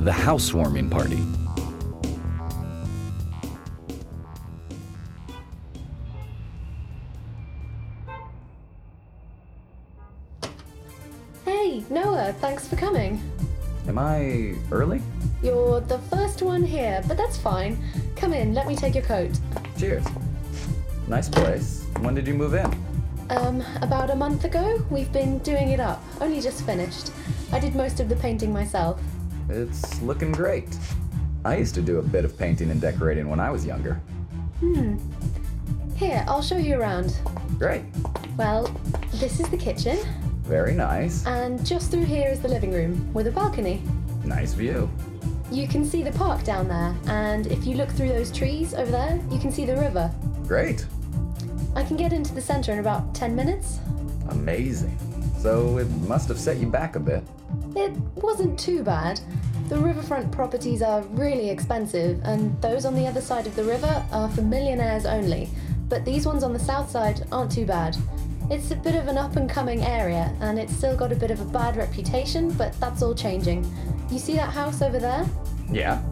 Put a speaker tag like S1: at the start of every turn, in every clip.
S1: the housewarming party.
S2: Hey, Noah, thanks for coming.
S1: Am I early?
S2: You're the first one here, but that's fine. Come in, let me take your coat.
S1: Cheers. Nice place. When did you move in?
S2: Um, about a month ago, we've been doing it up. Only just finished. I did most of the painting myself.
S1: It's looking great. I used to do a bit of painting and decorating when I was younger.
S2: Hmm. Here, I'll show you around.
S1: Great.
S2: Well, this is the kitchen,
S1: Very nice.
S2: and just through here is the living room with a balcony.
S1: Nice view.
S2: You can see the park down there, and if you look through those trees over there, you can see the river.
S1: Great.
S2: I can get into the centre in about 10 minutes.
S1: Amazing. So it must have set you back a bit.
S2: It wasn't too bad. The riverfront properties are really expensive, and those on the other side of the river are for millionaires only. But these ones on the south side aren't too bad. It's a bit of an up and coming area, and it's still got a bit of a bad reputation, but that's all changing. You see that house over there?
S1: Yeah.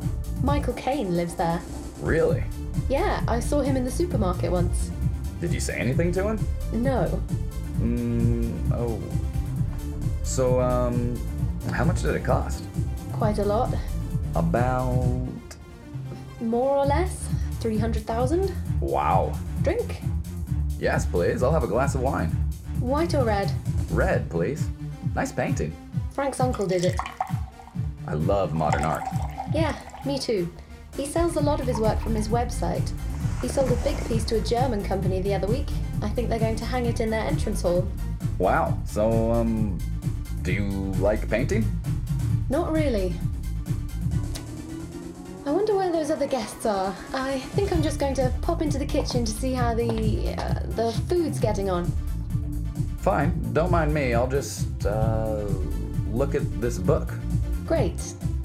S2: Michael Caine lives there.
S1: Really?
S2: Yeah, I saw him in the supermarket once.
S1: Did you say anything to him?
S2: No,
S1: Mm, oh. So, um, how much did it cost?
S2: quite a lot.
S1: About.
S2: More or less, 300,000.
S1: Wow.
S2: Drink?
S1: Yes, please. I'll have a glass of wine.
S2: White or red?
S1: Red, please. Nice painting.
S2: Frank's uncle did it.
S1: I love modern art.
S2: Yeah, me too. He sells a lot of his work from his website. He sold a big piece to a German company the other week. I think they're going to hang it in their entrance hall.
S1: Wow. So, um, do you like painting?
S2: Not really. I wonder where those other guests are. I think I'm just going to pop into the kitchen to see how the uh, the food's getting on.
S1: Fine. Don't mind me. I'll just, uh, look at this book.
S2: Great.